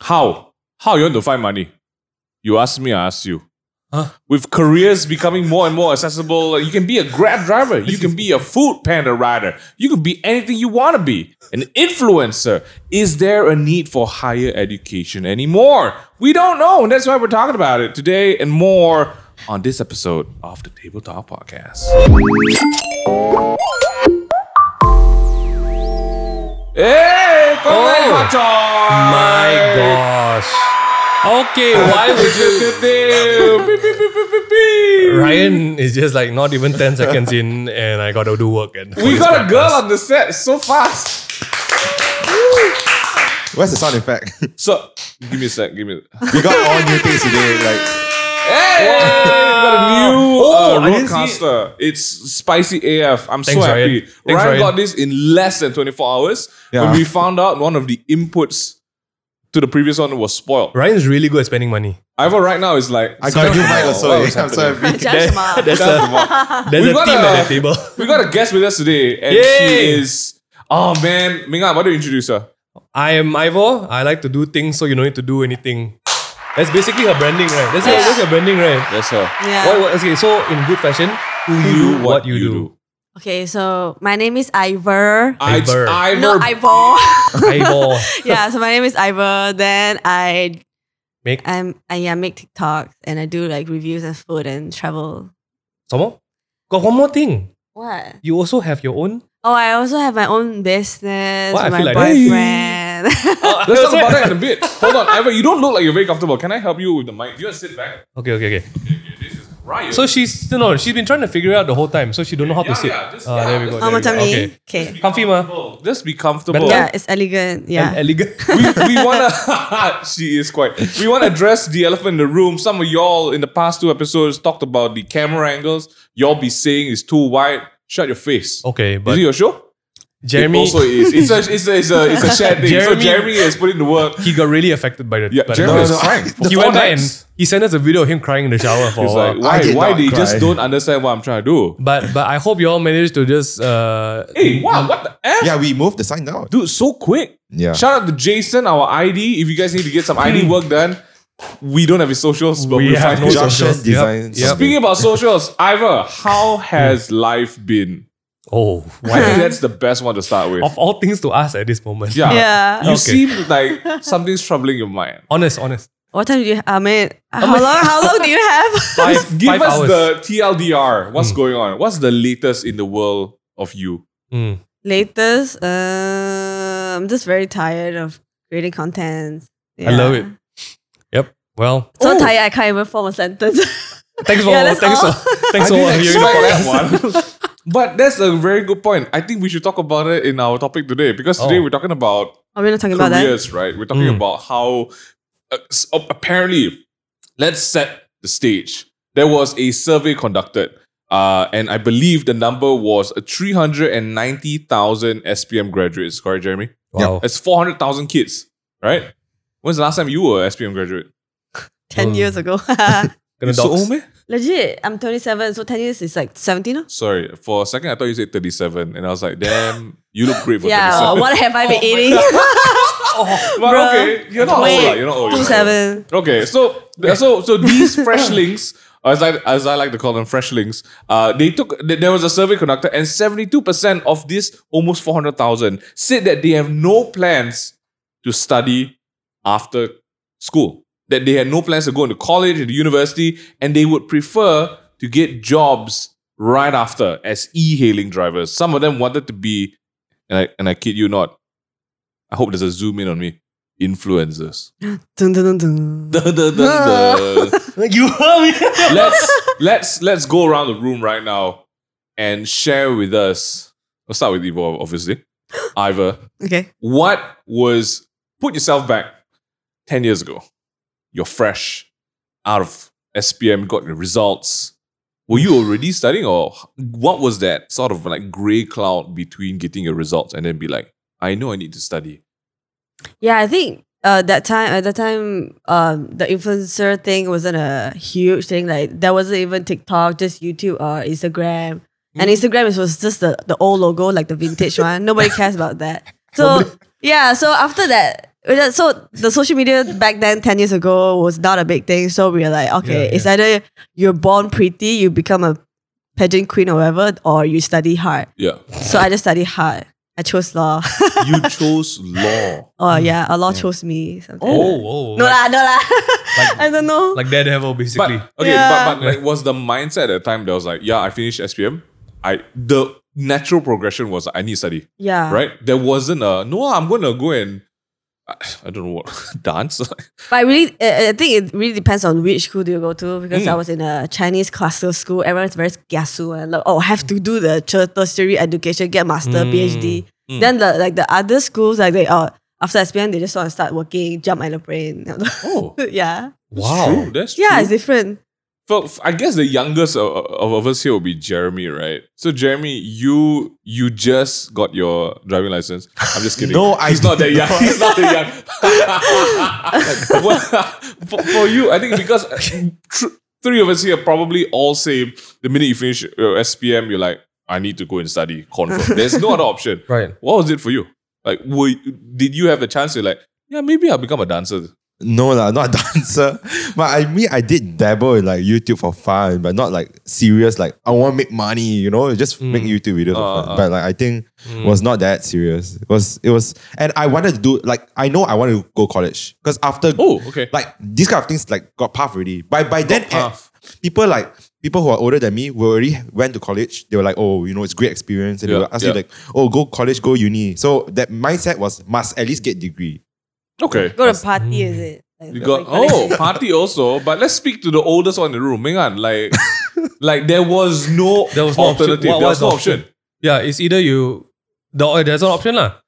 How? How you want to find money? You ask me, I ask you. Huh? With careers becoming more and more accessible, you can be a grab driver, you can be a food panda rider, you can be anything you want to be, an influencer. Is there a need for higher education anymore? We don't know, and that's why we're talking about it today and more on this episode of the Tabletop Podcast. Hey, Oh. oh, My gosh. Okay, why would you? Ryan is just like not even 10 seconds in, and I gotta do work. And we got a girl on the set so fast. Where's the sound effect? So give me a sec. Give me. A, we got all new things today. Like hey, we got a new uh, Oh, I didn't see it. roadcaster. It's spicy AF. I'm so Thanks, Ryan. happy. Thanks, Ryan, Ryan. got this in less than 24 hours. Yeah. When we found out one of the inputs to the previous one was spoiled. Ryan's really good at spending money. However, right now it's like I got a new mic also. What eh? was I'm so happy. Judge him up. There's a, there's We a got team a- at the table. We got a guest with us today, and she Yay! is. Oh man, Minga, why don't you introduce her? I am Ivor. I like to do things so you don't need to do anything. That's basically her branding, right? That's, her, Yeah. that's her branding, right? That's her. Yeah. What- what- okay, so in good fashion, who you, do, what you do. Okay, so my name is Ivor. I, Ivor. Ivor. no, Ivor. Ivor. yeah, so my name is Ivor. Then I Make I'm I yeah, make TikToks and I do like reviews and food and travel. some more. Got one more thing. What? You also have your own. Oh, I also have my own business, What? I with my feel like- Oh, boyfriend. Let's talk about that in a bit. Hold on, Ivor, you don't look like you're very comfortable. Can I help you with the mic? Do you want to sit back? Okay, okay, okay. This is Ryan. So she's no, no, she's been trying to figure it out the whole time, so she don't know how Yeah, to sit. yeah, just- Ah, yeah, there we go. oh, there we macam go. ni. Okay. Okay. Comfy ma. just be comfortable. Better? Yeah, it's elegant. Yeah. Elegant. we, we wanna she is quite we wanna address the elephant in the room. Some of y'all in the past two episodes talked about the camera angles. Y'all be saying it's too wide. Shut your face. Okay, is Oh, but it your show? Jeremy It also is. It's a it's a it's a, it's a shared thing. so Jeremy- Jeremy is putting the work. he got really affected by the. Yeah, by the Jeremy No, is no, noise. fine. he four went back nights. and he sent us a video of him crying in the shower for It's a while. like why did why not they just cry. don't understand what I'm trying to do? But but I hope you all managed to just uh Hey, wow, what the F? Yeah, we moved the sign down. Dude, so quick. Yeah. Shout out to Jason, our ID. If you guys need to get some ID work done, we don't have his socials, but we, Hmm. We will have find no his. social- Josh's Yep, design. yep. something. Speaking about socials, Ivor, how has life been? oh I why think that's the best one to start with. of all things to ask at this moment. Yeah. Yeah. You Oh, Okay. seem like something's troubling your mind. Honest, honest. What time do you I mean Oh how long how long do you have? Five, Give five us hours. Hmm. the TLDR. What's going on? What's the latest in the world of you? Mm. Latest, uh, I'm just very tired of creating content. I love it. Yep. Well, So Oh. tired, I can't even form a sentence. thanks for Yeah, that's thanks all. for thanks for I hearing didn't the Expect podcast. that one. But that's a very good point. I think we should talk about it in our topic today because today Oh. we're talking about Are we not talking about that? careers, right? We're talking Mm. about how uh, s- uh, apparently, let's set the stage. There was a survey conducted, uh, and I believe the number was 390,000 SPM graduates. Correct, Jeremy? Wow. That's 400,000 kids, right? When's the last time you were an SPM graduate? Ten Mm. years ago. Gonna You so dox. old, man? Legit, I'm 27, so 10 years is like 17. No? Sorry, for a second I thought you said 37, and I was like, damn, you look great for Yeah, 37. what have I been Oh eating? But Bruh. okay, you're not old. Wait, lah, You're not old. you're not old. 27. Okay, so so so these freshlings, as I as I like to call them freshlings, uh, they took th- there was a survey conducted, and seventy two percent of this almost four hundred thousand said that they have no plans to study after school. That they had no plans to go into college or the university, and they would prefer to get jobs right after as e-hailing drivers. Some of them wanted to be, and I and I kid you not, I hope there's a zoom in on me, influencers. Dun, dun, dun, dun. Dun, dun, dun, dun. You heard me. let's let's let's go around the room right now and share with us. We'll start with Ivo, obviously. Ivor, Okay. what was put yourself back ten years ago? You're fresh out of SPM, got your results. Were you already studying, or what was that sort of like gray cloud between getting your results and then be like, I know I need to study. Yeah, I think uh, that time at that time um, the influencer thing wasn't a huge thing. Like there wasn't even TikTok, just YouTube or Instagram. Hmm. And Instagram is- was just the, the old logo, like the vintage one. Nobody cares about that. So yeah, so after that, With that- So the social media back then, ten years ago, was not a big thing. So we were like, okay, Yeah, it's either you're born pretty, you become a pageant queen or whatever, or you study hard. Yeah. So I just studied hard. I chose law. You chose law. oh yeah, a law chose me. Something. Hmm. Oh, whoa. no like, lah, no lah. I don't know. like Daredevil, But basically. okay, Yeah. but, but like was the mindset at the time that was like, yeah, I finished SPM. I the natural progression was I need to study. yeah. Right? There wasn't a no, I'm gonna go and I I don't know what dance. But I really, I I think it really depends on which school do you go to. Because Mm. I was in a Chinese classical school. Everyone's very kiasu and like, oh, have to do the ter- tertiary education, get master, Mm. PhD. Mm. Then the like the other schools, like they oh, after SPM, they just want to start working, jump aeroplane. oh. yeah, That's true. That's yeah, it's true. different. For, for- I guess the youngest of, of of us here would be Jeremy, right? So Jeremy, you you just got your driving license. I'm just kidding. No, I he's not that did young. not. He's not that young. Well, for, for you, I think because tr- three of us here probably all say the minute you finish uh, your SPM, you're like, I need to go and study. Confirm. There's no other option. Right. What was it for you? Like, were you- did you have the chance? to like, yeah, maybe I'll become a dancer. No lah, not a dancer. But I mean, I did dabble in like YouTube for fun, but not like serious. Like I want to make money, you know, just make YouTube videos. for Mm. Uh, fun. uh. But like I think was not that serious. It was it was, and I wanted to do like I know I wanted to go college because after Oh, okay. Ah, like these kind of things like got path already. By by then, path. eh, people like people who are older than me who already went to college. They were like, oh, you know, it's great experience, and Yeah, they were ask yeah. you like, oh, go college, go uni. So that mindset was must at least get degree. Okay. Go to party, is it? Like, You got like- oh party also, but let's speak to the oldest one in the room, Mingan. Like, like there was no There was no option. alternative. What there was was the no option. Yeah, it's either you. The, oh, there's an option, lah.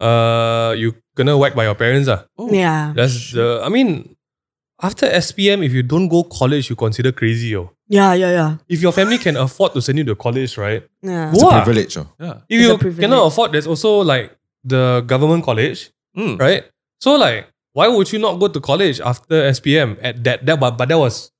Uh, you gonna whack by your parents, ah. yeah, That's the. I mean, after SPM, if you don't go college, you consider crazy, yo. yeah, yeah, yeah, If your family can afford to send you to college, right? yeah. It's Wah. a privilege. oh. If It's a you privilege. cannot afford, there's also like the government college, Mm. right? So like, why would you not go to college after SPM at that? That but, but that was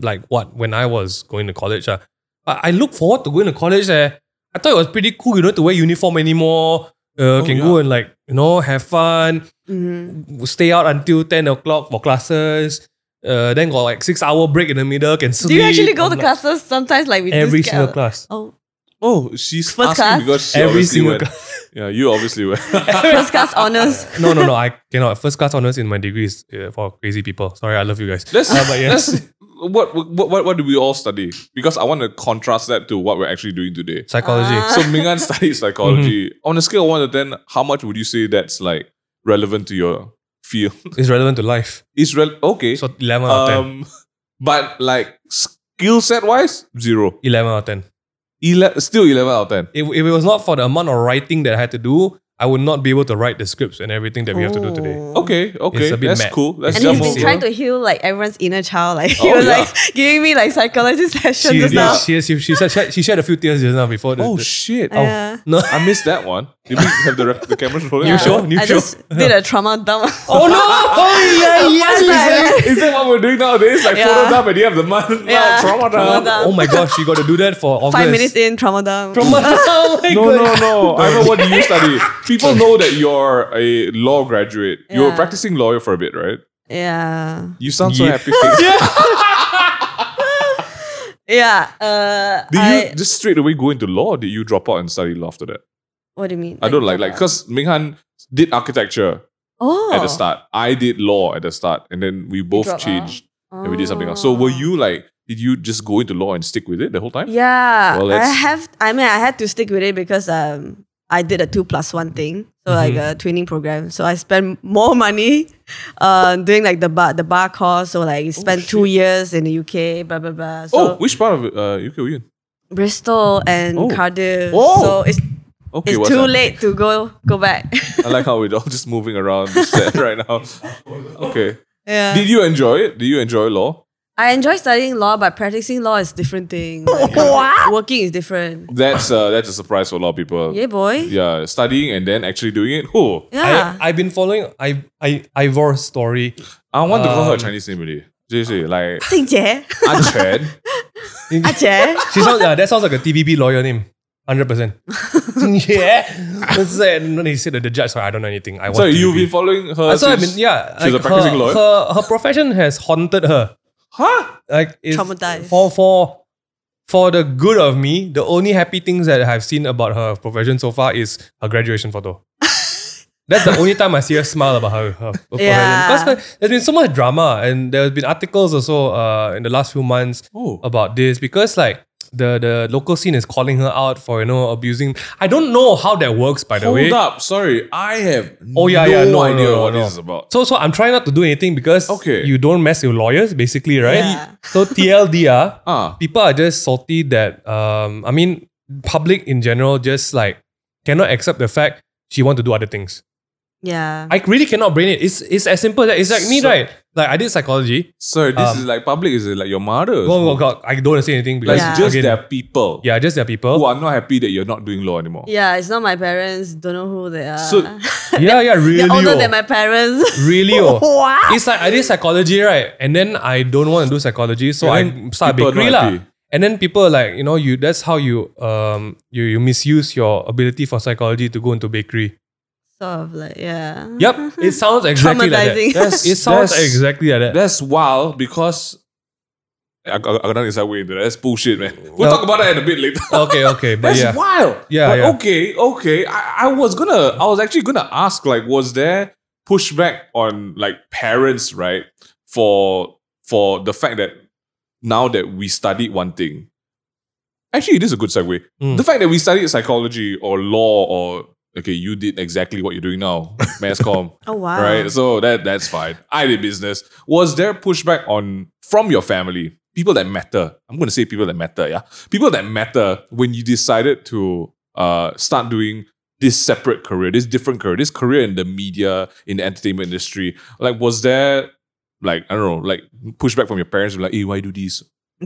like what when I was going to college. ah. I, I look forward to going to college. Eh. I thought it was pretty cool. You don't have to wear uniform anymore. Uh, Oh, can yeah. go and like you know have fun. Mhm. stay out until 10 o'clock for classes. Uh, then got like six hour break in the middle. Can sleep. Do you actually go I'm to like, classes sometimes? Like we do Every get single out- class. Oh, Oh, she's First asking class? because she Every obviously single went. class. Yeah, you obviously went. first class honors. No, no, no. I cannot. First class honors in my degree is uh, for crazy people. Sorry, I love you guys. let's, Uh, but yeah. let's what, what what what do we all study? Because I want to contrast that to what we're actually doing today. Psychology. Ah. So Mingan studied psychology. Mm-hmm. On a scale of one to ten, how much would you say that's like relevant to your field? It's relevant to life. Is rel- okay. So 11 out of 10. um, but like skill set wise, zero. 11 out of 10. Ele- still 11 out of 10. If, if it was not for the amount of writing that I had to do, I would not be able to write the scripts and everything that we have to do today. Oh. Okay, okay. It's a bit That's mad. cool. Let's And Yeah, jump he's been over. more. trying to heal like everyone's inner child. Like he Oh, was yeah. like giving me like psychology sessions She, and did, stuff. she, she, she, said, she, had- she shared a few tears just now before. The, oh, the- shit. Oh, Yeah. no. I missed that one. Did we have the, ref- the cameras rolling? Yeah. New show? New I show? just did a trauma dump. oh, no. Oh, yeah, What's that? Is that what we're doing nowadays? Like Yeah. photo dump at the end of the month? Yeah. Yeah. Trauma Trauma dump. dump. Oh my gosh, you got to do that for August. Five minutes in trauma dump. From oh my No, no, God. no. I mean, what do you study? People know that you're a law graduate. You were Yeah. practicing lawyer for a bit, right? Yeah. You sound so Yeah. happy. Fing. Yeah. Uh, Did I, you just straight away go into law or did you drop out and study law after that? what do you mean? I don't like, like, because Minghan did architecture oh. at the start. I did law at the start, and then we both dropped changed and we did something else. So were you like, did you just go into law and stick with it the whole time? Yeah. Well, I that's- have. I mean, I had to stick with it because um, I did a two plus one thing, so like Mm-hmm. a twinning program. So I spent more money, uh, doing like the bar the bar course. So like you spent two years in the UK, blah blah blah. So oh, which part of uh, UK were you in? Bristol and Oh. Cardiff. Oh. So it's Okay, it's what's too that? late to go go back. I like how we're all just moving around the set right now. Okay. yeah. Did you enjoy it? Did you enjoy law? I enjoy studying law, but practicing law is different thing. Like, Working is different. That's uh, that's a surprise for a lot of people. Yeah, boy. Yeah, studying and then actually doing it. Oh, Yeah. I, I've been following I, I, Ivor's story. I want to call her Um, Chinese name already. Seriously, like 静姐， Anchen. 阿姐， She sounds, yeah, that sounds like a TVB lawyer name. Hundred percent. Yeah. It's like- and then he said to the judge, "Sorry, I don't know anything. I want So to you've be." been following her. Uh, so I since- mean, yeah. she's a like, practicing her, lawyer? Her, her profession has haunted her. Huh? Like it's Traumatized. for for for the good of me. The only happy things that I've seen about her profession so far is her graduation photo. That's the only time I see her smile about her, her, her Yeah. profession. Because there's been so much drama, and there's been articles also uh, in the last few months Oh. about this because like the the local scene is calling her out for you know abusing. I don't know how that works by the Hold way. up. Sorry. I have Oh, yeah, no, yeah, no, idea no, no, what no. this is about. So so I'm trying not to do anything because Okay. you don't mess with lawyers basically, right? Yeah. So TLDR, Ah. people are just salty that um I mean public in general just like cannot accept the fact she want to do other things. Yeah. I really cannot brain it. It's it's as simple as that. It's like me, So- right? Like I did psychology. Sorry, this Um, is like public. Is it like your mother? Well, well, God, I don't want to say anything because Like Yeah. just again, their people yeah, just their people. who are not happy that you're not doing law anymore. yeah, it's not my parents. Don't know who they are. So- Yeah, yeah, really. They're older oh. than my parents. Really, oh. what? It's like I did psychology, right? And then I don't want to do psychology, so And I start people bakery not lah. happy. And then people are like, you know, you that's how you um you you misuse your ability for psychology to go into bakery. Sort of like, yeah. Yep, it sounds exactly like that. Mm-hmm. Traumatizing. That's, It sounds that's- exactly like that. That's wild because I, I, I got nothing inside way into that. That's bullshit, man. We'll Well- talk about that in a bit later. okay, okay, but That's yeah, wild. Yeah, But yeah. okay, okay. I, I was gonna I was actually gonna ask, like, was there pushback on like parents, right? For for the fact that now that we studied one thing. Actually, it is a good segue. Mm. The fact that we studied psychology or law or okay, you did exactly what you're doing now, mass comm. Oh, wow. Right. So that that's fine. I did business. Was there pushback on from your family? People that matter. I'm gonna say people that matter, yeah. People that matter when you decided to uh start doing this separate career, this different career, this career in the media, in the entertainment industry. Like, was there like I don't know, like pushback from your parents like, hey, why do this?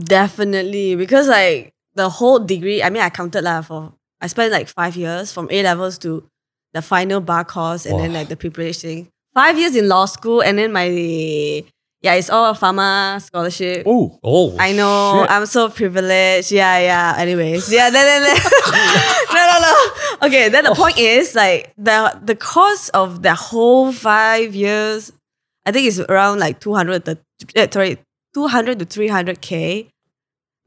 Definitely. Because like the whole degree, I mean I counted lah for I spent like five years from A levels to the final bar course and then Wow. like the preparation. thing. Five years in law school and then my yeah, it's all pharma scholarship. Oh. oh, I know. shit. I'm so privileged. Yeah, yeah. Anyways, yeah. Then, then, then. no, no, no. Okay. Oh. Then the point is like the the cost of the whole five years, I think it's around like two hundred to eh, sorry two hundred to three hundred k.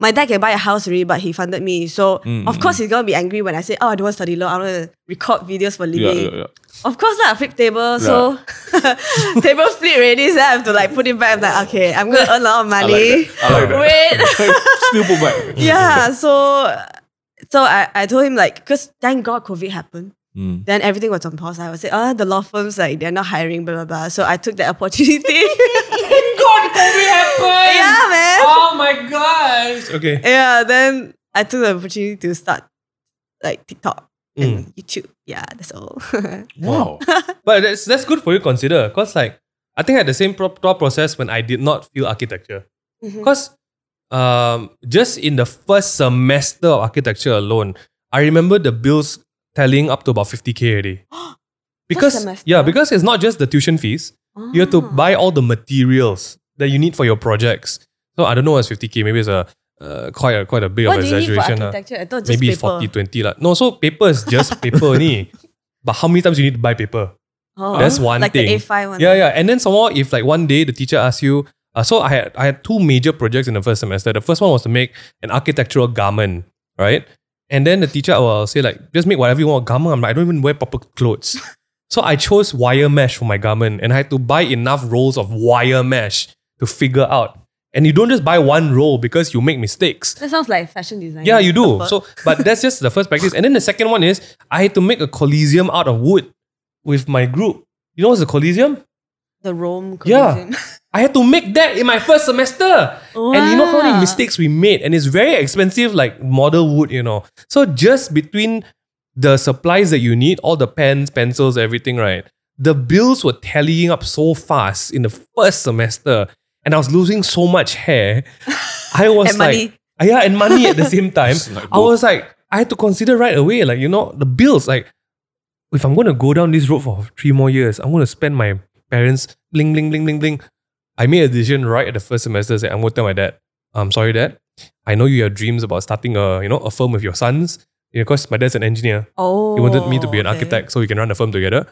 My dad can buy a house already, but he funded me. So Mm, of course he's gonna be angry when I say, "Oh, I don't want to study law. I want to record videos for Yeah, living." yeah, yeah. Of course, lah, flip table. So table flip already, so I have to like put it back. I'm like, okay, I'm gonna earn a lot of I money. like that. I like that. Wait. Still pull back. yeah so so I, I told him like because thank god covid happened Mm. Hmm. then everything was on pause i would say oh the law firms like they're not hiring blah blah blah so i took that opportunity God, COVID happened. yeah man Oh my gosh. Okay. yeah then i took the opportunity to start like tiktok Hmm. and youtube yeah that's all Wow. But that's that's good for you to consider because like I think I had the same pro- thought process when I did not feel architecture Mm-hmm. because um just in the first semester of architecture alone, I remember the bills telling up to about fifty k already. Because semester? Ah. yeah, because it's not just the tuition fees. You have to buy all the materials that you need for your projects. So I don't know what's fifty k. Maybe it's a uh, quite a quite a big what of do you need exaggeration. for ah architecture i thought just maybe paper 40, 20 lah. No, so paper is just paper only. But how many times you need to buy paper? oh, that's one like thing. the a5 one Yeah, yeah. And then some more, if like one day the teacher asks you, uh, so I had I had two major projects in the first semester. The first one was to make an architectural garment, right? And then the teacher will say like, just make whatever you want garment. I'm like, I don't even wear proper clothes. so I chose wire mesh for my garment, and I had to buy enough rolls of wire mesh to figure out. And you don't just buy one roll because you make mistakes. that sounds like fashion design Yeah, you do. What the So, but that's just the first practice. And then the second one is I had to make a coliseum out of wood with my group. You know what's a coliseum? the rome Yeah. collision. I had to make that in my first semester. And you know how many Wow. mistakes we made, and it's very expensive, like model wood, you know. So just between the supplies that you need, all the pens, pencils, everything, right? The bills were tallying up so fast in the first semester, and I was losing so much hair. I was And like, money. Ah, yeah, and money at the same time. Like I was like, I had to consider right away, like you know, the bills. Like, if I'm going to go down this road for three more years, I'm going to spend my parents bling bling bling bling bling. I made a decision right at the first semester. Say, I'm going to tell my dad, I'm sorry, dad. I know you have dreams about starting a you know a firm with your sons. You know, because my dad's an engineer. Oh. He wanted me to be an okay. architect so we can run a firm together.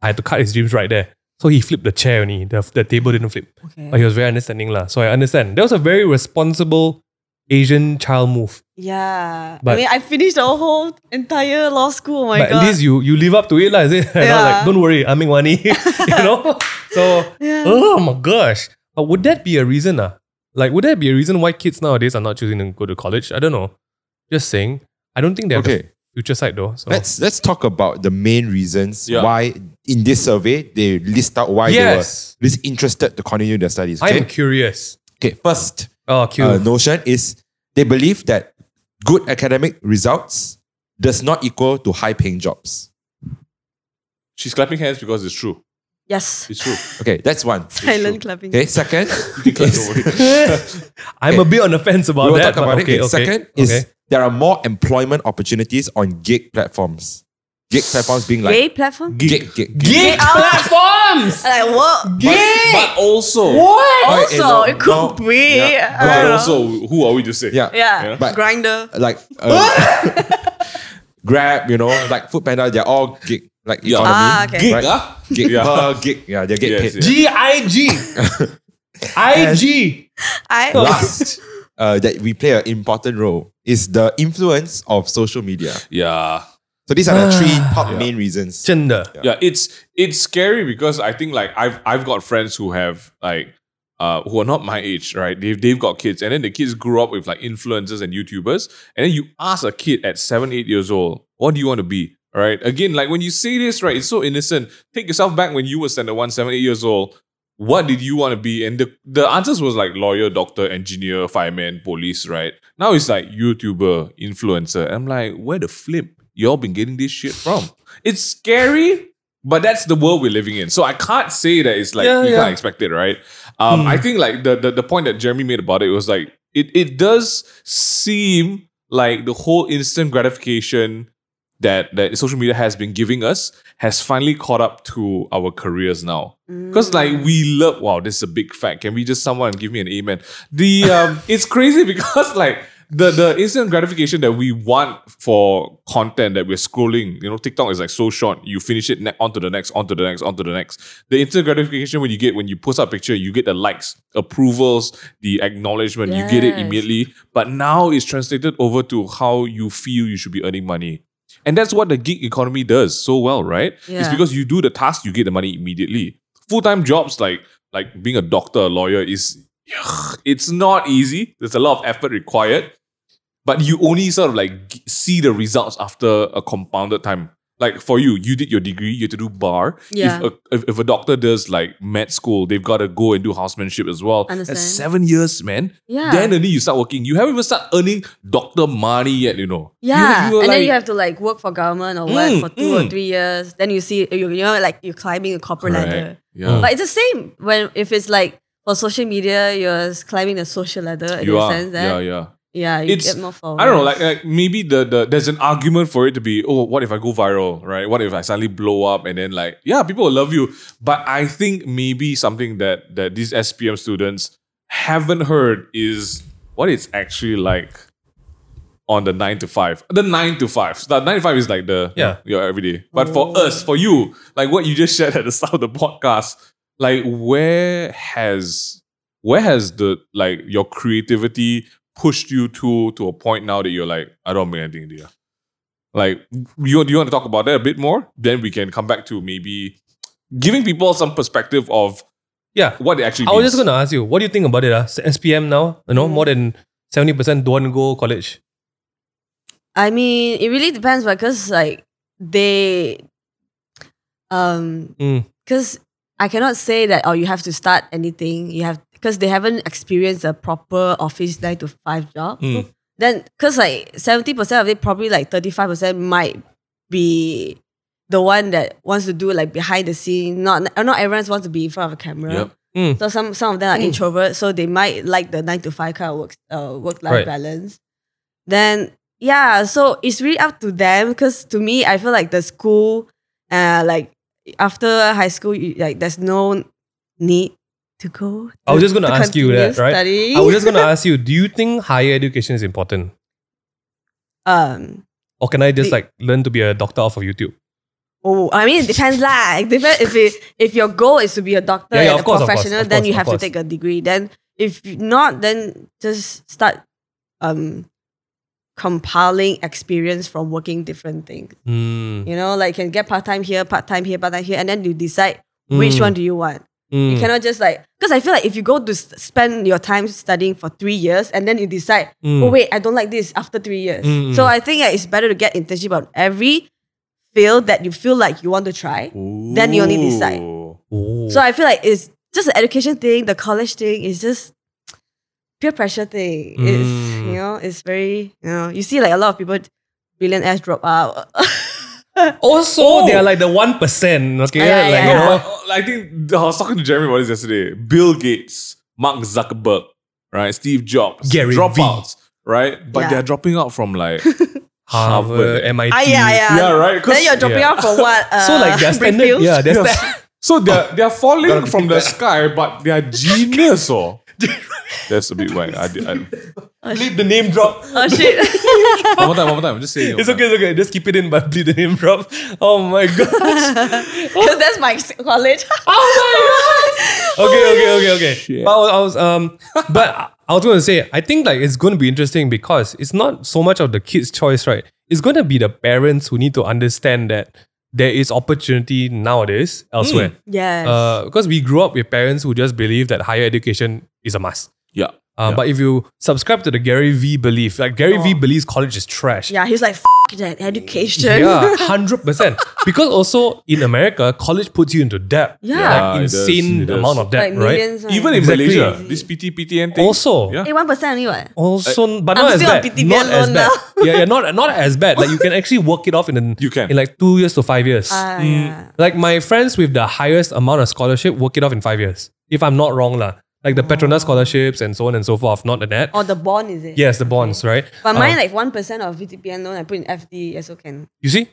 I had to cut his dreams right there. So he flipped the chair only. The, the table didn't flip. Okay. But he was very understanding. lah. So I understand. That was a very responsible Asian child move. Yeah. I But- mean, I finished the whole entire law school. Oh my but god. at least you you live up to it. lah. is it? And I was Yeah. like, don't worry, I'm making money. you know? So yeah. Oh my gosh. But would that be a reason? Ah? Like, would that be a reason why kids nowadays are not choosing to go to college? I don't know. Just saying. I don't think they have the Okay. future side though. So Let's let's talk about the main reasons Yeah. why in this survey they list out why Yes. they were disinterested to continue their studies. I'm Okay, curious. okay. first Oh, cute. uh, notion is they believe that good academic results does not equal to high paying jobs. She's clapping hands because it's true. yes. It's true. Okay, that's one. Silent clapping. Okay, second You can clap, is- don't worry. I'm a bit on the fence about we will that. talk about but okay, it. okay, Okay, Second okay. is there are more employment opportunities on gig platforms. Gig platforms being like Gay platform. gig, gig, gig. gig platforms. Like what? But, but also, What? Okay, Also, no, it no, could be. yeah. I don't but know. also, who are we to say? Yeah, yeah. But- Grinder. like uh, Grab, you know, like Foodpanda, they're all gig, like Yeah. economy. Ah, okay. Gig, Right. ah? Gig, Yeah. per gig, yeah, they get Yes, yes. paid. G I G. I G. I Last, uh, that we play an important role is the influence of social media. Yeah. So these are the three top Yeah. main reasons. Gender. yeah it's it's scary because i think like i've i've got friends who have like uh who are not my age right they've, they've got kids and then the kids grew up with like influencers and youtubers and then you ask a kid at seven eight years old what do you want to be right again like when you say this right it's so innocent take yourself back when you were standard one seven eight years old what did you want to be and the the answers was like lawyer doctor engineer fireman police right now it's like youtuber influencer i'm like where the flip y'all been getting this shit from it's scary but that's the world we're living in. So I can't say that it's like Yeah, you yeah. Hmm. can't expect it, right? Um, I think like the, the the point that Jeremy made about it was like it it does seem like the whole instant gratification that that social media has been giving us has finally caught up to our careers now. Because like we love wow, this is a big fact. Can we just someone give me an amen? The um it's crazy because like the the instant gratification that we want for content that we're scrolling, you know, TikTok is like so short. You finish it ne- onto the next, onto the next, onto the next. The instant gratification when you get when you post up a picture, you get the likes, approvals, the acknowledgement. You get it Yes. immediately. But now it's translated over to how you feel you should be earning money. And that's what the gig economy does so well, right? It's Yeah. because you do the task, you get the money immediately. Full time jobs like like being a doctor, a lawyer is ugh, it's not easy. There's a lot of effort required, but you only sort of like g- see the results after a compounded time. Like for you, you did your degree, you had to do bar. Yeah. If, a, if, if a doctor does like med school, they've got to go and do housemanship as well. Understand. That's seven years, man. Yeah. Then only you start working. You haven't even started earning doctor money yet, you know. You- Yeah, you were and then like- you have to like work for government or work Mm, for two mm. or three years. Then you see you, you know like you're climbing a corporate Correct. Mm. ladder. Yeah. But it's the same when if it's like for social media, you're climbing the social ladder in you the are. sense yeah, that yeah. yeah, you It's- get more followers. I don't know, like, like maybe the, the there's an argument for it to be, oh, what if I go viral, right? What if I suddenly blow up and then like, yeah, people will love you. But I think maybe something that that these SPM students haven't heard is what it's actually like on the nine to five. The nine to five. The nine to five is like the Yeah. your everyday. But for Oh. us, for you, like what you just shared at the start of the podcast, like where has where has the like your creativity pushed you to to a point now that you're like, I don't make anything dear. Like you do you want to talk about that a bit more? Then we can come back to maybe giving people some perspective of Yeah. what it actually I was means. just gonna ask you, what do you think about it? Uh? SPM now, you know, more than seventy percent don't want to go college. uh, I mean, it really depends because like they, um, Mm. because I cannot say that oh you have to start anything you have because they haven't experienced a proper office nine to five job. Mm. Then because like seventy percent of it probably like thirty five percent might be the one that wants to do like behind the scene. Not uh, not everyone wants to be in front of a camera. Yep. Mm. So some some of them are Mm. introverts, so they might like the nine to five kind of work uh, work life Right. balance. Then yeah, so it's really up to them because to me, I feel like the school, uh, like after high school, you, like there's no need to go. I was just gonna to ask you continue that, right? Study. I was just gonna ask you, do you think higher education is important? um Or can I just Wait. like learn to be a doctor off of YouTube? Oh, I mean, it depends lah. It depends if it, if your goal is to be a doctor Yeah, yeah, of and a course, of course, professional, of then course, you of have to course. take a degree. Then if not, then just start um compiling experience from working different things. Mm, You know, like you can get part time here, part time here, part time here, and then you decide which Mm. one do you want. mm. You cannot just like because I feel like if you go to s- spend your time studying for three years and then you decide, Mm. oh wait, I don't like this after three years. Mm, So mm. I think uh, it's better to get internship on every field that you feel like you want to try. Then you only decide. Oh. So I feel like it's just an education thing, the college thing is just peer pressure thing. It's Mm. you know, it's very you know, you see like a lot of people brilliant ass drop out. also, Oh. they are like the one percent. Okay, Yeah, like, yeah, you No, yeah. know, but, uh, I think I was talking to Jeremy about this yesterday. Bill Gates, Mark Zuckerberg, right? Steve Jobs, Gary dropouts, right? But Yeah. they're dropping out from like Harvard, Harvard. MIT. ah, yeah, yeah. Yeah, right, 'cause- Then you're dropping yeah. out for what? Uh, So like their standard, refuse? yeah, their Yes. sta- So Oh. they're they're falling Gotta from the repeat that. sky, but they're genius, or that's a bit whack. I, did- I, bleep the name drop. Oh shit. one more time, one more time. Just say it. It's one more okay, it's okay. Just keep it in, but bleep the name drop. Oh my god. Because that's my s- college. Oh my god. okay, okay, okay, okay. Shit. But I was, I was, um, but I- I was going to say, I think like it's going to be interesting because it's not so much of the kids' choice, right? It's going to be the parents who need to understand that there is opportunity nowadays elsewhere. Hmm. yes. Uh, because we grew up with parents who just believe that higher education is a must. Yeah. Uh, Yeah. But if you subscribe to the Gary V belief, like Gary V Oh. believes college is trash. yeah, he's like F- that education. Yeah, hundred percent. Because also in America, college puts you into debt. Yeah. Yeah, like it does, insane it does. amount of debt, like right? millions. time. Even in Hmm. Exactly. Malaysia, this PT PTN thing. Also, Yeah. one percent only what? also, but not I'm as still on bad. PTBL Not as loan bad. now. yeah, yeah, not not as bad. Like you can actually work it off in an, You can. Mm. in like two years to five years. Ah, yeah. like my friends with the highest amount of scholarship work it off in five years, if I'm not wrong, lah. Like Oh. the Petronas scholarships and so on and so forth, not the net. Or the bond is it? Yes, the bonds, right? Oh, But Uh, mine like one percent of VTPN loan I put in FD also can. you see,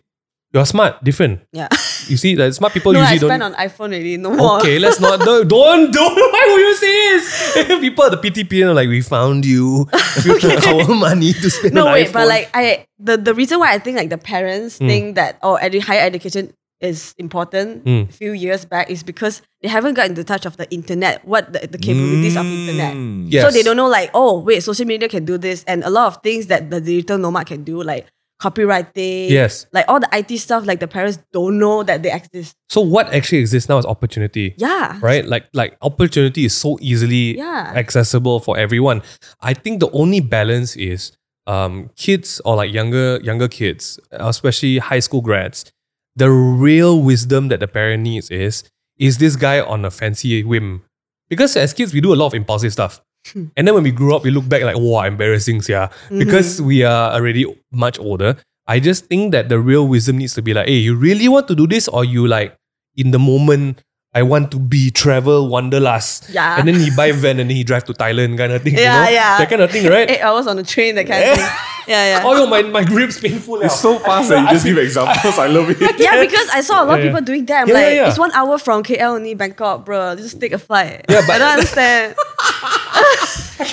you're smart, different. Yeah. Oh, You see, that smart people no, I usually don't. spend on iPhone already. No more. Okay, let's not. No, don't, don't. Why would you say this? People at the PTP are like, we found you. We took our money to spend No on wait, iPhone. but like I the, the reason why I think like the parents Hmm. think that oh edu- higher education is important Mm. a few years back is because they haven't got into touch of the internet, what the, the capabilities of internet. Mm. yes. So they don't know like, oh wait, social media can do this and a lot of things that the digital nomad can do, like copywriting. Yes. Like all the IT stuff, like the parents don't know that they exist. So what actually exists now is opportunity. Yeah. Right? Like like opportunity is so easily Yeah. accessible for everyone. I think the only balance is um kids or like younger younger kids, especially high school grads, the real wisdom that the parent needs is is this guy on a fancy whim? Because as kids we do a lot of impulsive stuff. Hmm. and then when we grew up, we look back like, wow, embarrassing, yeah. Mm-hmm. Because we are already much older. I just think that the real wisdom needs to be like, hey, you really want to do this, or you like in the moment, I want to be travel wanderlust. Yeah. And then he buy van and then he drive to Thailand kind of thing. Yeah, you know? yeah. That kind of thing, right? Eight hours on the train, that kind of thing. Yeah, yeah. oh yo, my, my grip's painful. It's now. so fast that you just give examples. I love it. Yeah, because I saw a lot Yeah, of yeah. people doing that. I'm Yeah, like, yeah, yeah. it's one hour from KL only Bangkok, bro. Just take a flight. Yeah, but- I don't understand.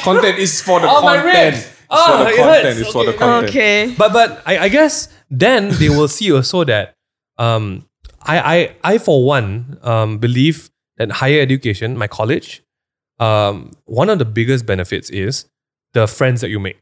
Content is for the Oh, my content. ribs. It's Oh, for the it content. hurts. It's for the Okay. content. okay. But but I, I guess then they will see also that um I I I for one um believe that higher education, my college, um one of the biggest benefits is the friends that you make.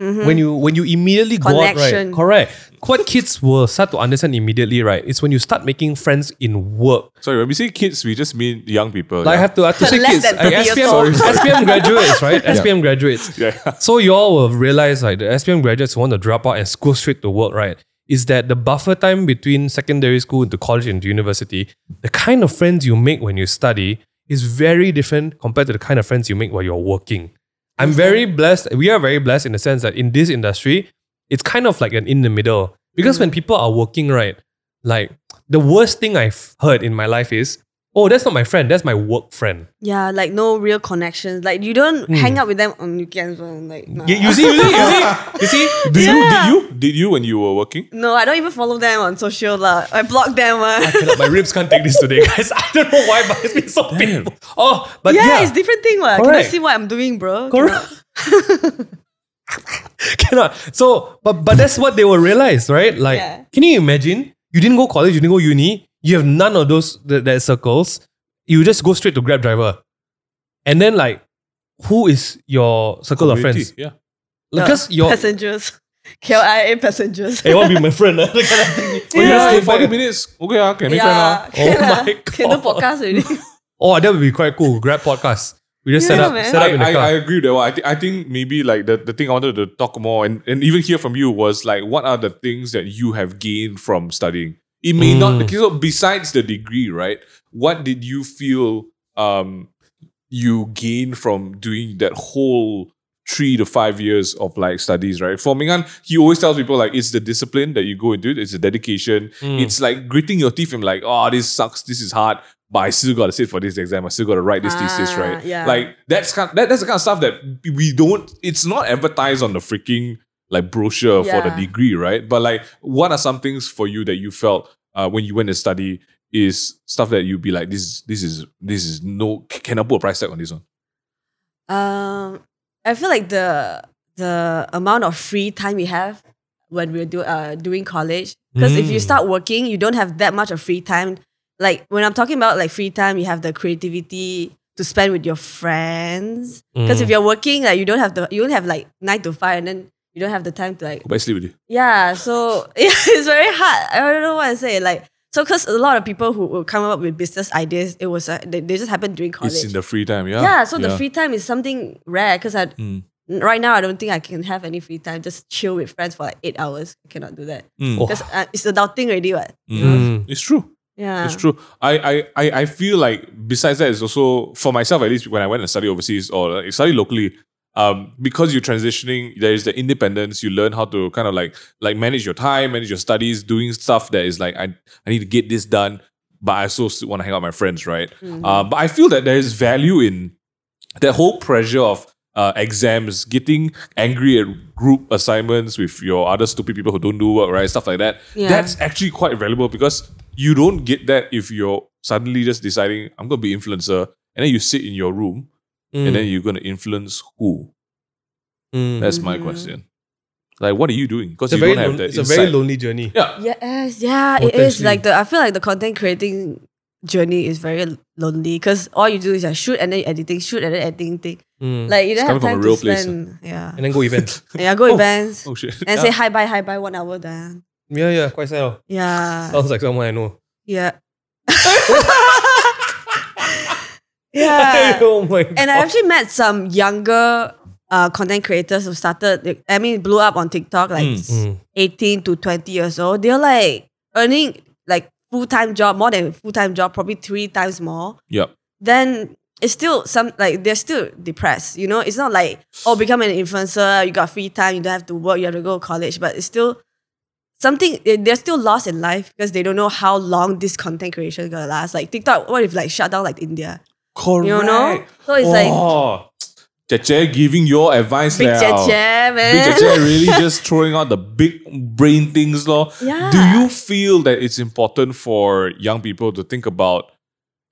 Mhm. When you when you immediately go out, right? Connection. Correct. What kids will start to understand immediately, right? It's when you start making friends in work. Sorry, when we say kids, we just mean young people. Like I yeah. have to I have to say Less kids. than Like 30 years SPM, old. SPM graduates, right? SPM graduates. yeah. So you all will realize like the SPM graduates who want to drop out and go straight to work, right? Is that the buffer time between secondary school to college and university, the kind of friends you make when you study is very different compared to the kind of friends you make while you're working. I'm very blessed. We are very blessed in the sense that in this industry, it's kind of like an in the middle. Because when people are working, right, like the worst thing I've heard in my life is, oh, that's not my friend, that's my work friend. Yeah, like no real connections. Like you don't hang out with them on weekends. man. Like nah. Hmm. You- You see, you see, you see, you see, Did you? Did you? Did you when you were working? No, I don't even follow them on social. lah. I block them. ah. Cannot- my ribs can't take this today, guys. I don't know why, but it's been so painful. Oh, but yeah, yeah, it's different thing. lah. I cannot Correct. see what I'm doing, bro. Correct. Cannot. So, but but that's what they will realize, right? Like, Yeah. can you imagine? You didn't go college, you didn't go uni. You have none of those that, that circles. You just go straight to Grab driver, and then like, who is your circle of Community, friends? Yeah. Because your passengers. KLIA passengers. hey, want to be my friend? ah? That kind of thing. Oh, you Yeah. just take 40 minutes. Okay, ah, can make friend, ah. yeah, can Oh lah. my Can do God. podcast already. Oh, that would be quite cool. Grab podcast. We just set Yeah, up, man. set up in the I, car. I, I agree with that. one. I, th- I think maybe like the, the thing I wanted to talk more and, and even hear from you was like what are the things that you have gained from studying? It may not Mm. okay, so besides the degree, right? What did you feel um you gained from doing that whole three to five years of like studies, right? For Mingan, he always tells people like it's the discipline that you go into, it's the dedication, Mm. it's like gritting your teeth and like, oh, this sucks, this is hard, but I still gotta sit for this exam, I still gotta write this thesis, Ah, right? yeah. Like that's kind that, that's the kind of stuff that we don't it's not advertised on the freaking like brochure for the Yeah. degree, right? But like what are some things for you that you felt uh, when you went to study is stuff that you'd be like, this this is this is no can I put a price tag on this one? Um, I feel like the the amount of free time we have when we're do, uh, doing college, because if you Mm. start working, you don't have that much of free time. Like when I'm talking about like free time, you have the creativity to spend with your friends. Mm. Because Mm. if you're working, like you don't have the you don't have like nine to five, and then you don't have the time to like Go back sleep with you. yeah, so yeah, it's very hard. I don't know what to say. Like, so because a lot of people who will come up with business ideas, it was uh, they, they just happened during college. It's in the free time, yeah. yeah, so the free time is something rare because I Mm. right now I don't think I can have any free time. Just chill with friends for like eight hours. I cannot do that Mm. Oh. because uh, it's adulting already. What? Mm. It's true. Yeah, It's true. I, I, I, I feel like besides that, it's also for myself at least when I went and studied overseas or like, study locally, um, because you're transitioning, there is the independence. You learn how to kind of like like manage your time, manage your studies, doing stuff that is like I I need to get this done, but I also want to hang out with my friends, right? Mm. Uh, but I feel that there is value in that whole pressure of uh, exams, getting angry at group assignments with your other stupid people who don't do work, right? Stuff like that. Yeah. That's actually quite valuable because you don't get that if you're suddenly just deciding, I'm going to be influencer. And then you sit in your room and Mm. then you're going to influence who? That's my Mhm. question. Like, what are you doing? Because Mm. it's a you very, don't lon- have that it's a very insight. lonely journey. yeah. Yes, yeah, it is. Potentially. Like the I feel like the content creating journey is very lonely because all you do is like shoot and then editing, shoot and then editing thing. Mm. Like you don't It's have coming from time a to real place, spend. Yeah. and then go event. Yeah, go events. Oh, shit. And Yeah. say hi bye, hi bye, one hour then. yeah, yeah, quite sad. oh. Yeah. Sounds like someone I know. Yeah. yeah. oh my god. And I actually met some younger uh, content creators who started, like, I mean, blew up on TikTok like Mm. s- Mm. 18 to 20 years old. They're like earning like full time job, more than full time job, probably three times more. Yeah. Then it's still some like they're still depressed. You know, it's not like oh, become an influencer, you got free time, you don't have to work, you have to go to college, but it's still something they- they're still lost in life because they don't know how long this content creation gonna last. Like TikTok, what if like shut down like India? Correct. You know? So it's like oh. Cheche giving your advice big now. chair, chair, Big man. Jia really just throwing out the big brain things, lor. Yeah. Do you feel that it's important for young people to think about?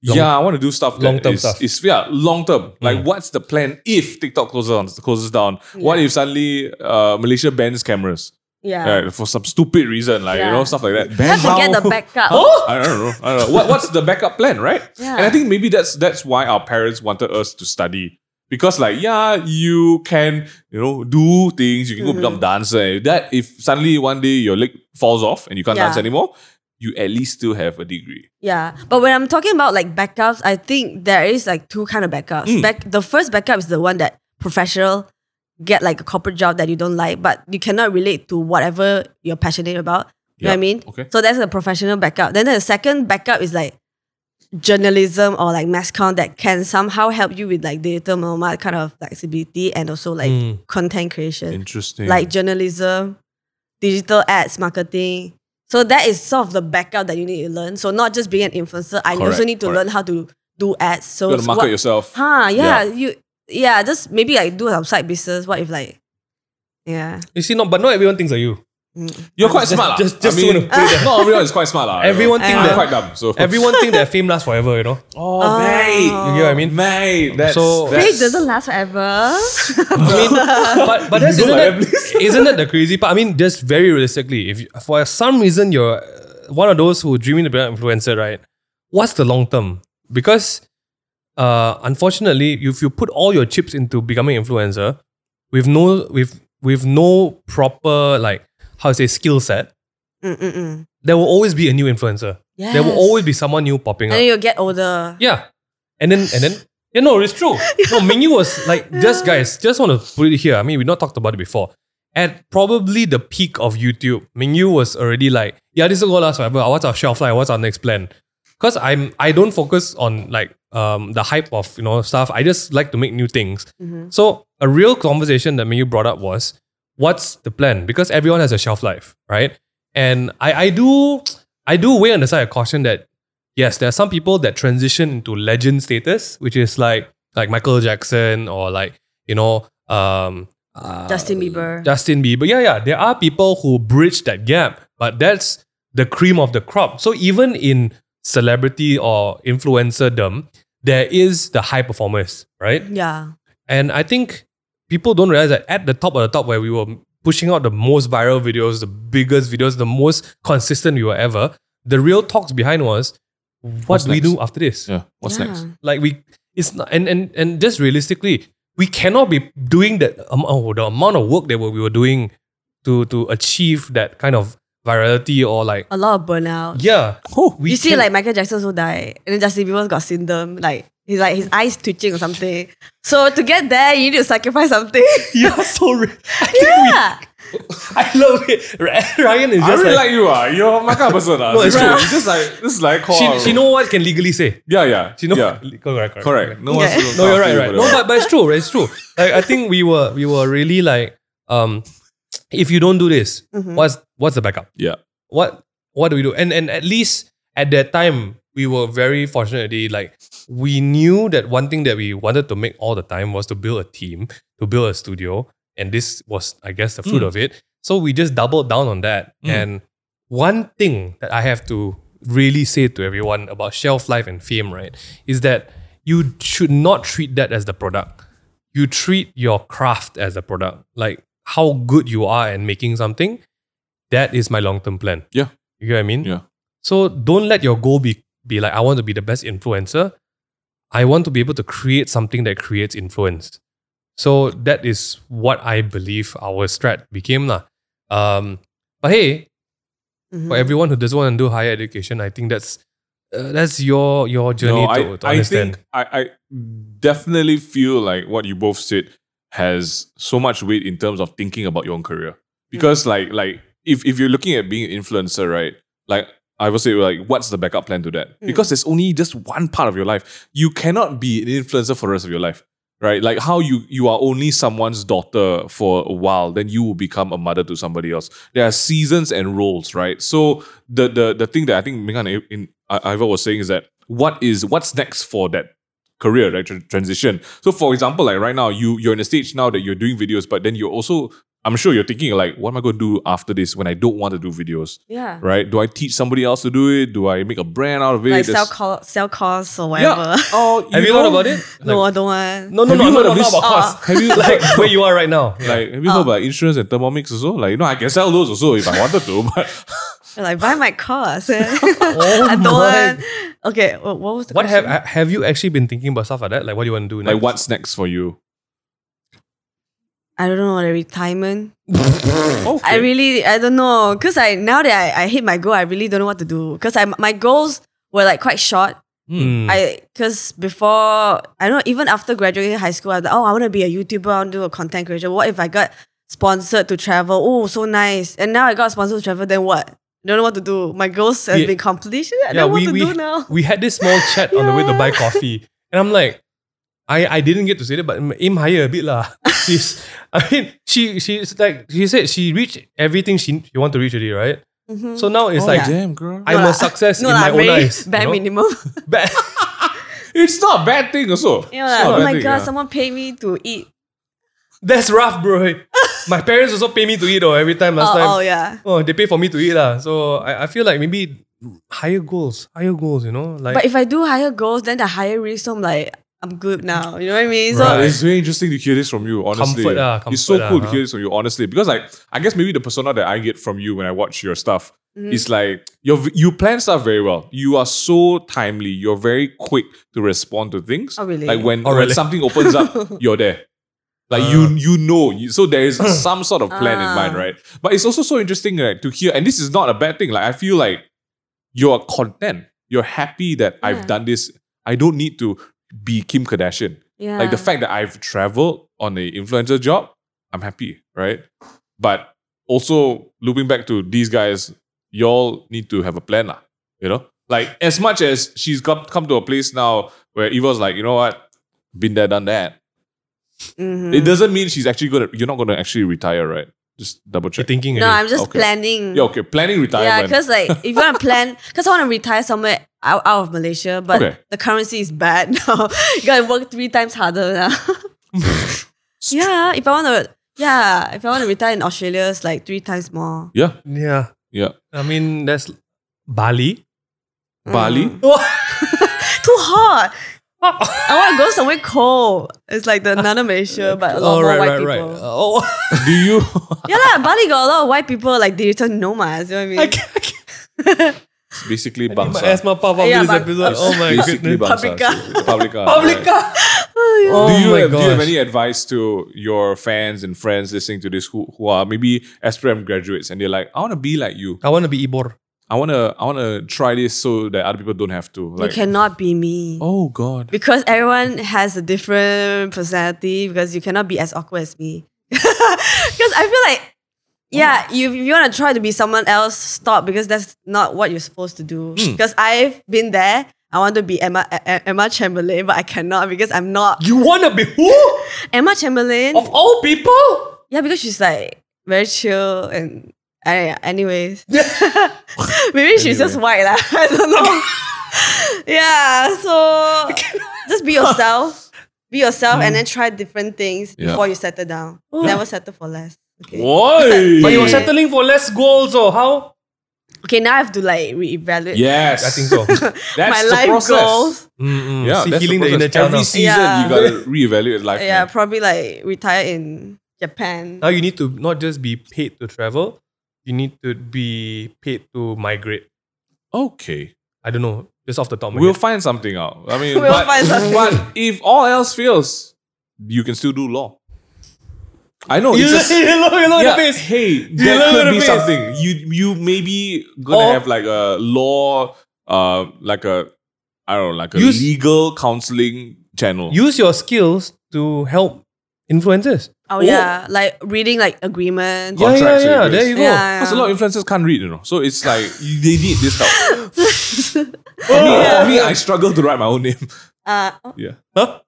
Long- yeah, I want to do stuff. that long-term is- stuff. Mm. is- yeah, long term. Like, what's the plan if TikTok closes down? Closes down? What Yeah. if suddenly uh, Malaysia bans cameras? yeah. Right, for some stupid reason, like you Yeah. know stuff like that. Have to get the backup. I don't know. I don't know. What, what's the backup plan, right? Yeah. And I think maybe that's that's why our parents wanted us to study. Because like, yeah, you can, you know, do things, you can go Mm-hmm. become a dancer. and That if suddenly one day your leg falls off and you can't Yeah. dance anymore, you at least still have a degree. Yeah, but when I'm talking about like backups, I think there is like two kind of backups. Mm. Back the first backup is the one that professional get like a corporate job that you don't like, but you cannot relate to whatever you're passionate about. You know what I Yeah, mean? okay. So that's the professional backup. Then the second backup is like journalism or like mass comm that can somehow help you with like data nomad kind of flexibility and also like Mm. content creation Interesting. like journalism, digital ads, marketing. So that is sort of the backup that you need to learn. So not just being an influencer, I Correct, also need to correct. learn how to do ads. So you gotta market what- yourself. Huh, Yeah. yeah, you yeah, just maybe like do some side business. What if like yeah. You see, no, but not everyone thinks like you. You're quite smart. lah. just- I just mean, wanna put it not everyone is quite smart. lah. Everyone think I'm that- quite dumb. So Everyone think that fame lasts forever, you know. Oh, mate. You get what I mean? Mate, that's, So- that's Fake doesn't last forever. I mean, but but that's You go isn't like that, isn't that the crazy part? I mean, just very realistically, if you, for some reason you're uh, one of those who dreaming to be an influencer, right? What's the long term? Because uh, unfortunately, if you put all your chips into becoming influencer, with no with with no proper like how to say skill set, Mm-mm-mm. there will always be a new influencer. Yes. There will always be someone new popping And up. then you'll get older. Yeah. And then and then yeah, no, it's true. No, Mingyu was like just guys, just want to put it here. I mean, we not talked about it before. At probably the peak of YouTube, Mingyu was already like, yeah, this is gonna last forever. What's our shelf life? What's our next plan? Because I'm I don't focus on like um the hype of you know stuff. I just like to make new things. Mhm. So a real conversation that Mingyu brought up was, what's the plan? Because everyone has a shelf life, right? And I I do I do weigh on the side of caution that yes, there are some people that transition into legend status, which is like like Michael Jackson or like you know um, uh, Justin Bieber. Justin Bieber. Yeah, yeah. There are people who bridge that gap, but that's the cream of the crop. So even in celebrity or influencerdom, there is the high performers, right? Yeah. And I think people don't realize that at the top of the top, where we were pushing out the most viral videos, the biggest videos, the most consistent we were ever, the real talks behind was, what What's do we next? do after this? yeah. What's Yeah. next? Like we, it's not, and and and just realistically, we cannot be doing that. Um, oh, the amount of work that we were doing to to achieve that kind of virality or like, A lot of burnout. yeah, Oh, we you see, can- like Michael Jackson also died, and then Justin Bieber's got syndrome, like he's like his eyes twitching or something. So to get there, you need to sacrifice something. yeah, so re- I think yeah, we, I love it. Ryan is just I really like, like, you. Ah, you're my kind of person. ah. No, it's You true. know, you just like this is like call. she, she know what can legally say. Yeah, yeah. She know Yeah. correct, correct, correct. Correct. No Yeah. one's No, you're right, right. No, but, but it's true, right? It's true. Like I think we were we were really like, um, if you don't do this, Mhm. what's what's the backup? Yeah. What what do we do? And and at least at that time we were very fortunately like we knew that one thing that we wanted to make all the time was to build a team, to build a studio, and this was I guess the fruit of it. So we just doubled down on that. Mm. And one thing that I have to really say to everyone about shelf life and fame, right, is that you should not treat that as the product. You treat your craft as the product. Like how good you are at making something, that is my long term plan. Yeah. You get what I mean? Yeah. So don't let your goal be be like I want to be the best influencer. I want to be able to create something that creates influence. So that is what I believe our strat became lah. Um, but hey, for Mhm. everyone who doesn't want to do higher education, I think that's uh, that's your your journey No, I, to, to I understand. think I, I definitely feel like what you both said has so much weight in terms of thinking about your own career. Mm. Because like like if, if you're looking at being an influencer, right? Like I would say like what's the backup plan to that? Mm. Because there's only just one part of your life. You cannot be an influencer for the rest of your life. Right? Like how you you are only someone's daughter for a while, then you will become a mother to somebody else. There are seasons and roles, right? So the the the thing that I think Mingan in, in I- Ivor was saying is that what is what's next for that career right tran- transition so for example like right now you you're in a stage now that you're doing videos but then you're also i'm sure you're thinking like what am i going to do after this when i don't want to do videos yeah. right do i teach somebody else to do it do i make a brand out of it Like sell There's- call, sell course or yeah whatever. oh Have you know- thought about it? no, Like- I don't want. no, no, Have no, you no, heard no, of not this- about cost. Have you like where you are right now? Yeah. like have you Oh. heard about insurance and thermomix also like you know i can sell those also if i wanted to but Like buy my cars. I don't Oh my. want. Okay, wha- what was the what have question? ha- have you actually been thinking about stuff like that? Like what do you want to do next? like what's next for you I don't know the retirement. okay. I really I don't know because I now that I, I hit my goal, I really don't know what to do because I my goals were like quite short. Hmm. I because before I don't know, even after graduating high school, I was like, oh, I want to be a YouTuber, I want to do a content creator. What if I got sponsored to travel? Oh, so nice! And now I got sponsored to travel. Then what? Don't know what to do. My goals have Yeah. been completed. I don't know what to do now. we had this small chat on the way to buy Yeah. coffee, and I'm like, I, I didn't get to say that, but aim higher a bit lah. She's, I mean, she she's like she said she reached everything she she want to reach already, right? Mhm. So now it's oh, like yeah. damn girl I'm No a lah. success no in lah, my own very eyes. Bare you know? minimum. Ba- it's not a bad thing also You know, It's like, not a oh bad my thing, god, yeah. someone paid me to eat That's rough, bro. My parents also pay me to eat though every time last oh, time. oh, yeah. Oh, they pay for me to eat lah. So I, I feel like maybe higher goals, higher goals. You know, like But if I do higher goals, then the higher risk, so I'm like, I'm good now. You know what I mean? So Right. Uh, it's very interesting to hear this from you, honestly. Comfort ah, it's so comfort ah, cool to huh? hear this from you, honestly. Because like I guess maybe the persona that I get from you when I watch your stuff Mm-hmm. is like you you plan stuff very well. You are so timely. You're very quick to respond to things. Oh, really? Like when, Oh, when really? Ah. something opens up, you're there. Like you you know. You, so there is some sort of plan in Ah. mind, right? But it's also so interesting right, to hear, and this is not a bad thing. Like I feel like you're content. You're happy that I've Yeah. done this. I don't need to be Kim Kardashian. yeah. Like the fact that I've traveled on a influencer job, I'm happy, right? But also looping back to these guys, y'all need to have a plan, lah. You know, like as much as she's come come to a place now where Eva's like, you know what, been there, done that. Mhm. It doesn't mean she's actually gonna. You're not gonna actually retire, right? Just double you're check. thinking. No, already. I'm just Okay. planning. Yeah, okay. Planning Mm. yeah, retirement. because like if you want to plan, because I want to retire somewhere out, out of Malaysia, but Okay. the currency is bad now. you gotta work three times harder now. yeah, if I want to, yeah, if I want to retire in Australia, it's like three times more. yeah, yeah, yeah. I mean that's Bali. Bali. Mm. Too hot. I want to go somewhere cold. It's like the another Malaysia, but a lot oh more right, white right, people. right. Uh, oh, Do you? Yeah, lah, Bali got a lot of white people, like digital nomads. You know what I mean? I can't, I can't. It's basically My bangsa. asthma pop up Yeah, this but- episode. Oh my Basically goodness. bangsa. Paprika. Publica. Publica. Oh, yeah. Oh do you, my have, do you have gosh. any advice to your fans and friends listening to this who, who are maybe SPM graduates and they're like, I want to be like you. I want to be Ibor. I want to I want to try this so that other people don't have to. Like, you cannot be me. oh god, Because everyone has a different personality. Because you cannot be as awkward as me. because I feel like, yeah, you if you want to try to be someone else, stop. Because that's not what you're supposed to do. Because I've been there. I want to be Emma A- Emma Chamberlain, but I cannot because I'm not You want to be who? Emma Chamberlain. Of all people? Yeah, because she's like very chill and I, anyways. Maybe she's just white lah. I don't know. yeah, so just be yourself. Be yourself and then try different things Hmm. Yeah. before you settle down. Never settle for less. Okay. why? But you're settling for less goals or how? Okay, now I have to like reevaluate yes, I think so. That's my the life process. Hmm. goals. Mm-mm. Yeah, See, that's healing the, process. the, inner child. Every now. season Yeah. you gotta reevaluate life. Yeah, Yeah, probably like retire in Japan. Oh, Now you need to not just be paid to travel, you need to be paid to migrate. okay, I don't know, just off the top of my we'll head. find something out. I mean, We'll but, find something. but if all else fails, you can still do law. I know. You, it's look, just- you look, you look at the face. Hey, look there at could the be face. something. You you maybe gonna Or- have like a law, uh, like a I don't know, like a Use- legal counseling channel. Use your skills to help influencers. oh yeah, like reading like agreements. Yeah, yeah, Contracts yeah. with There this. you go. Yeah. because a lot of influencers can't read, you know. So it's like you- they need this help. for, me, for me, I struggle to write my own name. Uh, Yeah, Huh?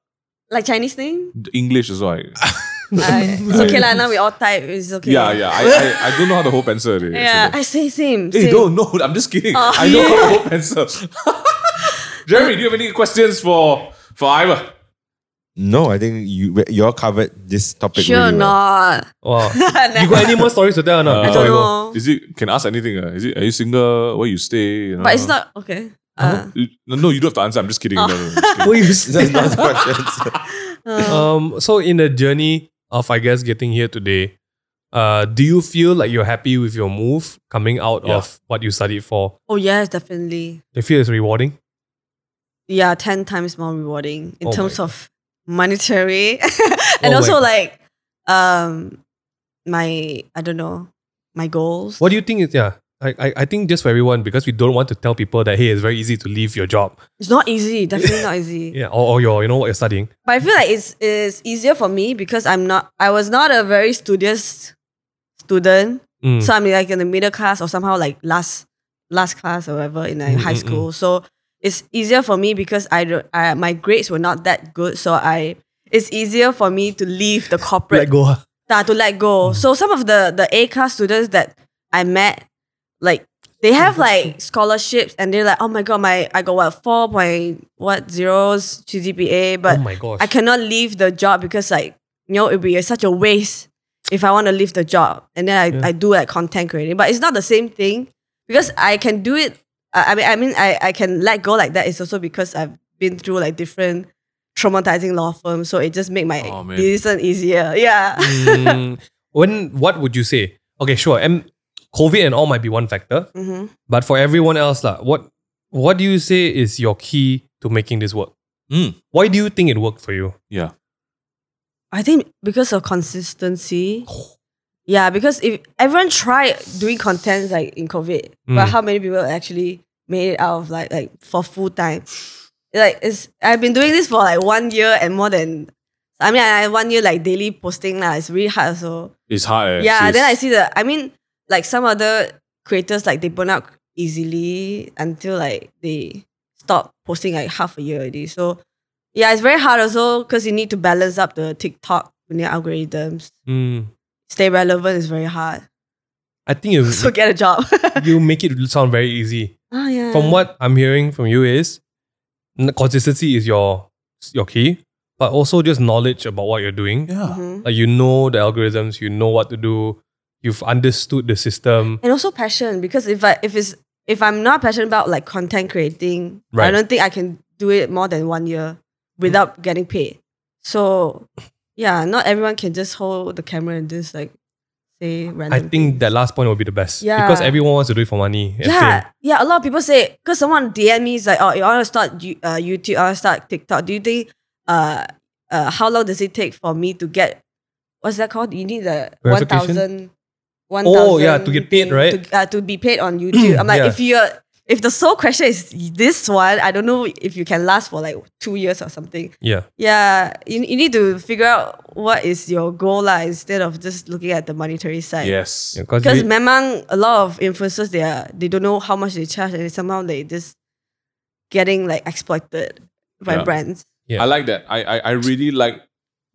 like Chinese name. The English as well. I- I- Ah, it's okay lah. Now we all type. It's okay. yeah, yeah. I, I, I don't know how to hold pencil. Really, Yeah, actually. I say same. Hey, same. no, no. I'm just kidding. Oh. I know how to hold pencil. Jeremy, do you have any questions for for Ivor? No, I think you you all covered this topic. Sure really well. not. Wow. you got any more stories to tell or not? Uh, I Before don't we go? know. Is it can ask anything? Uh? Is it are you single? Where you stay? You know? But it's not okay. uh-huh. Uh, Oh. You- No, no, you don't have to answer. I'm just kidding. No, no, no, I'm just kidding. Will you say- That's not questions. um, so in the journey of I guess getting here today, uh, do you feel like you're happy with your move coming out Yeah. of what you studied for? oh yes, definitely. Do you feel it's rewarding? Yeah, ten times more rewarding in Oh my terms God. of monetary Oh and my also God. like um my I don't know my goals. What do you think is yeah? I, I, I think just for everyone because we don't want to tell people that hey it's very easy to leave your job It's not easy. Definitely not easy. yeah or, or your you know what you're studying But I feel like it's it's easier for me because I'm not. I was not a very studious student. Mm. So I'm like in the middle class or somehow like last last class or whatever in like high Mm, mm, school. So it's easier for me because I, don't- I my grades were not that good. So I it's easier for me to leave the corporate let go ah. yeah, to let go. So some of the the A class students that I met, like they have like scholarships and they're like, oh my god, my I got what four point what zeros oh GPA, but my gosh I cannot leave the job because like you know it'd be such a waste if I want to leave the job and then I, I do like content creating. But it's not the same thing because I can do it. I, I mean, I mean, I, I can let go like that. It's also because I've been through like different traumatizing law firms, so it just made my Oh, man. decision easier. Yeah. Mm, when what would you say? Okay, sure. And COVID and all might be one factor, Mhm. but for everyone else, lah, what what do you say is your key to making this work? Mm. Why do you think it worked for you? Yeah. I think because of consistency. Yeah, because if everyone tried doing contents like in COVID, but Mm. how many people actually made it out of like like for full time? Like it's I've been doing this for like one year and more than I mean I I one year like daily posting lah. It's really hard so It's hard. eh, yeah, sis. then I see the. I mean, like some other creators, like they burn out easily until like they stop posting like half a year already. So yeah, it's very hard also because you need to balance up the TikTok and the algorithms. Mm, Stay relevant is very hard. I think you So get a job. you make it sound very easy. oh yeah. From what I'm hearing from you is n- consistency is your your key, but also just knowledge about what you're doing. Yeah. Mhm. Like you know the algorithms, you know what to do, you've understood the system. And also passion because if I if it's if I'm not passionate about like content creating, Right. I don't think I can do it more than one year without getting paid. So yeah, not everyone can just hold the camera and just like say random. I think that last point will be the best. Yeah. Because everyone wants to do it for money. and yeah, fame. yeah. A lot of people say because someone DM me is like, oh, you want to start you- uh, YouTube, I want to start TikTok. Do you think uh, uh, how long does it take for me to get what's that called? You need the one Verification? thousand. one Oh, yeah, thousand to get paid, thing right? To, uh, to be paid on YouTube. I'm like, Yeah. if you're if the sole question is this one, I don't know if you can last for like two years or something. Yeah. Yeah, you, you need to figure out what is your goal lah instead of just looking at the monetary side. Yes. Because Because memang a lot of influencers they are they don't know how much they charge and somehow they just getting like exploited by Yeah. brands. Yeah. I like that. I, I I really like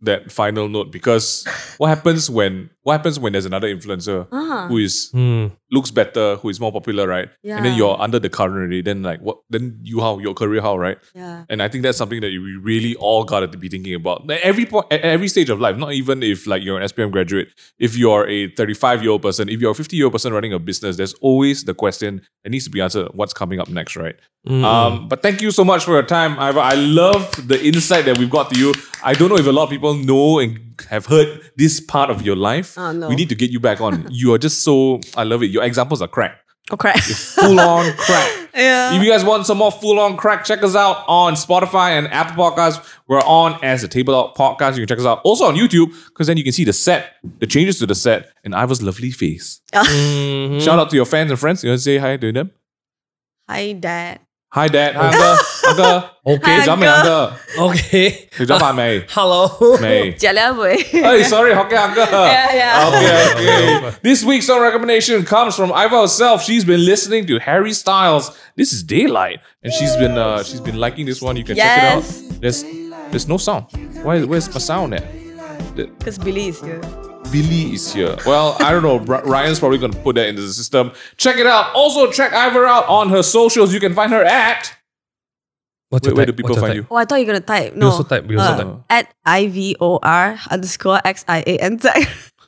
that final note because what happens when what happens when there's another influencer Ah. who is looks better, who is more popular, right? And then Yeah. you're under the current already. Then like what? Then you how your career how right? Yeah. And I think that's something that we really all gotta be thinking about. Like, Every point, at every stage of life, not even if like you're an SPM graduate, if you're a 35 year old person, if you're a 50 year old person running a business, there's always the question that needs to be answered: What's coming up next, right? Um, but thank you so much for your time, Iva. I love the insight that we've got to you. I don't know if a lot of people know and have heard this part of your life. Oh, no. We need to get you back on. you are just so I love it. Your examples are crack, Oh crap. full on crack. yeah. If you guys want some more full on crack, check us out on Spotify and Apple Podcasts. We're on as the Table Out Podcast. You can check us out also on YouTube because then you can see the set, the changes to the set, and Iva's lovely face. Hmm. Shout out to your fans and friends. You want to say hi to them? Hi dad. Hi, Dad. Hi, Uncle. Uncle. Okay. Hey, 咱们两个。 Okay. 你知道吗？没。 Hello. 没。 Jialia Hey, sorry, Hokkien uncle. Oh, Yeah, yeah. Oh. Okay, okay. this week's song recommendation comes from Iva herself. She's been listening to Harry Styles. This is Daylight, and she's been uh, she's been liking this one. You can Yes. check it out. There's there's no sound. Why where's my sound at? Because Billy is here. Billy is here. Well, I don't know. Ry- Ryan's probably gonna put that into the system. Check it out. Also, check Iva out on her socials. You can find her at. What's Where, your where do type? people What's your find you? type? Oh, I thought you were gonna type. No. Uh, also type, we also type. At I V O R underscore X I A N Z.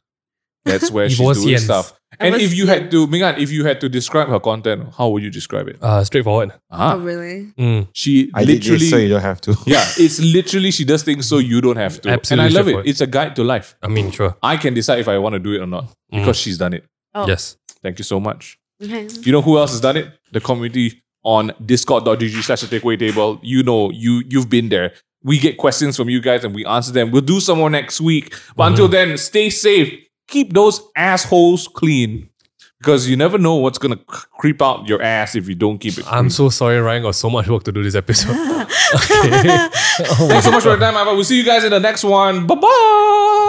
That's where she's Divorce doing yens. stuff. And Divorce if you had yens. to, Mingan, if you had to describe her content, how would you describe it? Uh, straightforward. Ah, Oh really? Mm. she I literally. did this, so you don't have to. yeah, it's literally she does things so you don't have to. Absolutely and I love it. straightforward. It's a guide to life. I mean, sure. I can decide if I want to do it or not because she's done it. Oh. Yes. Thank you so much. Okay. You know who else has done it? The community on discord.gg slash the takeaway table. You know, you you've been there. We get questions from you guys and we answer them. We'll do some more next week. But until then, stay safe. Keep those assholes clean. Because you never know what's gonna c- creep out your ass if you don't keep it. I'm so sorry, Ryan got so much work to do this episode. okay. Oh Thanks so much for your time, Ivan. We'll see you guys in the next one. Bye bye.